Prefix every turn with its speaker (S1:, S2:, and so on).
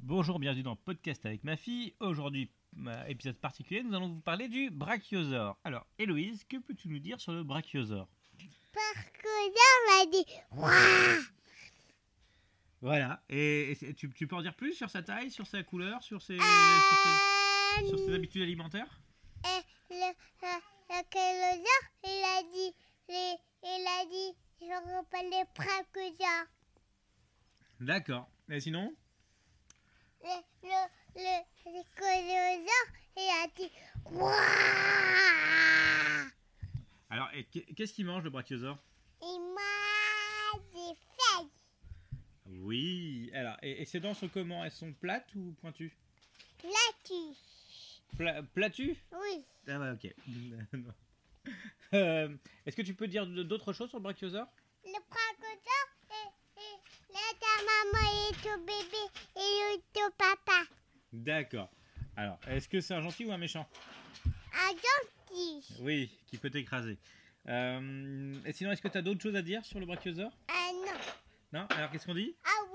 S1: Bonjour, bienvenue dans Podcast avec ma fille. Aujourd'hui, euh, épisode particulier, nous allons vous parler du brachiosaure. Alors, Héloïse, que peux-tu nous dire sur le brachiosaure
S2: Parce que là, on m'a dit Ouah
S1: Voilà. Et, et c'est- tu, tu peux en dire plus sur sa taille, sur sa couleur, sur ses, sur ses-
S2: Euh,
S1: sur ses habitudes alimentaires
S2: le, le, Euh, le kéloseur, il a dit les, Il a dit Je veux pas les brachiosaures.
S1: D'accord. Et sinon
S2: Le, le, le, le kéloseur, il a dit Ouah
S1: Alors, et qu'est- qu'est-ce qu'il mange le brachiosaure
S2: Il m'a dit feuilles
S1: Oui. Alors, et, et ses dents sont comment Elles sont plates ou pointues
S2: là-dessus.
S1: Pla- Platues
S2: Oui.
S1: Ah ouais, ok. Non. Euh, Est-ce que tu peux dire d'autres choses sur le brachiosaure
S2: Le brachiosaure, et, et, là, ta maman et ton bébé et ton papa.
S1: D'accord. Alors, est-ce que c'est un gentil ou un méchant
S2: Un gentil.
S1: Oui, qui peut t'écraser. Euh, et sinon, est-ce que tu as d'autres choses à dire sur le brachiosaure
S2: Ah non.
S1: Non Alors, qu'est-ce qu'on dit
S2: Ah oui.